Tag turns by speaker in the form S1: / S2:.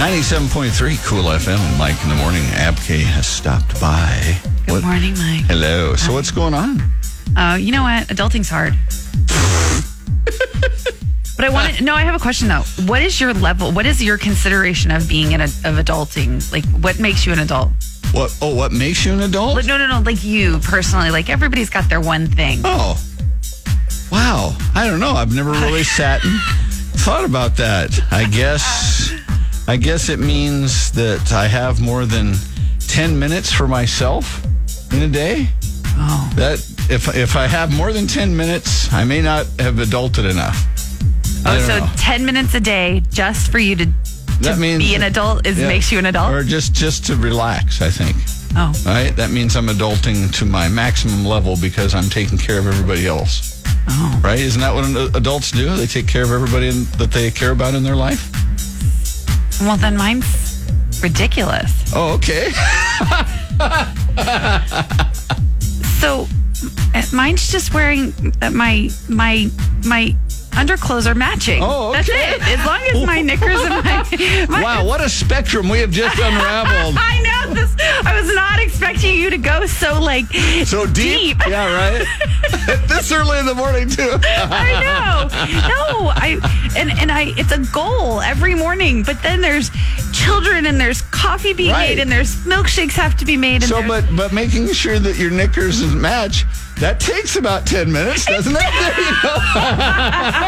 S1: 97.3 Cool FM. Mike in the morning. Abke has stopped by.
S2: Good
S1: What-
S2: morning, Mike.
S1: Hello. So what's going on?
S2: Uh, you know what? Adulting's hard. but I want to. No, I have a question though. What is your level? What is your consideration of being an ad- of adulting? Like, what makes you an adult?
S1: What? Oh, what makes you an adult?
S2: Like, no, no, no. Like you personally. Like everybody's got their one thing.
S1: Oh, wow. I don't know. I've never really sat and thought about that. I guess. I guess it means that I have more than ten minutes for myself in a day.
S2: Oh,
S1: That if if I have more than ten minutes, I may not have adulted enough. I
S2: oh.
S1: don't
S2: So
S1: know.
S2: ten minutes a day just for you to, to
S1: That means-
S2: be an adult is
S1: Yeah.
S2: makes you an adult.
S1: or just just to relax. I think.
S2: oh,
S1: All right, that means I'm adulting to my maximum level because I'm taking care of everybody else.
S2: oh.
S1: Right? Isn't that what an- uh, adults do? They take care of everybody in, that they care about in their life.
S2: Well, then mine's ridiculous.
S1: Oh, okay.
S2: So uh, mine's just wearing uh, my my my underclothes are matching.
S1: Oh,
S2: That's
S1: okay.
S2: it. As long as my knickers and my, my
S1: Wow, what a spectrum we have just unraveled.
S2: I know this. I was not expecting you to go so like
S1: So deep. Yeah, right. this early in the morning too.
S2: I know. No, I and and I. It's a goal every morning. But then there's children and there's coffee being
S1: Right.
S2: made and there's milkshakes have to be made. And
S1: So,
S2: there's-
S1: but but making sure that your knickers match that takes about ten minutes, doesn't it? There you go.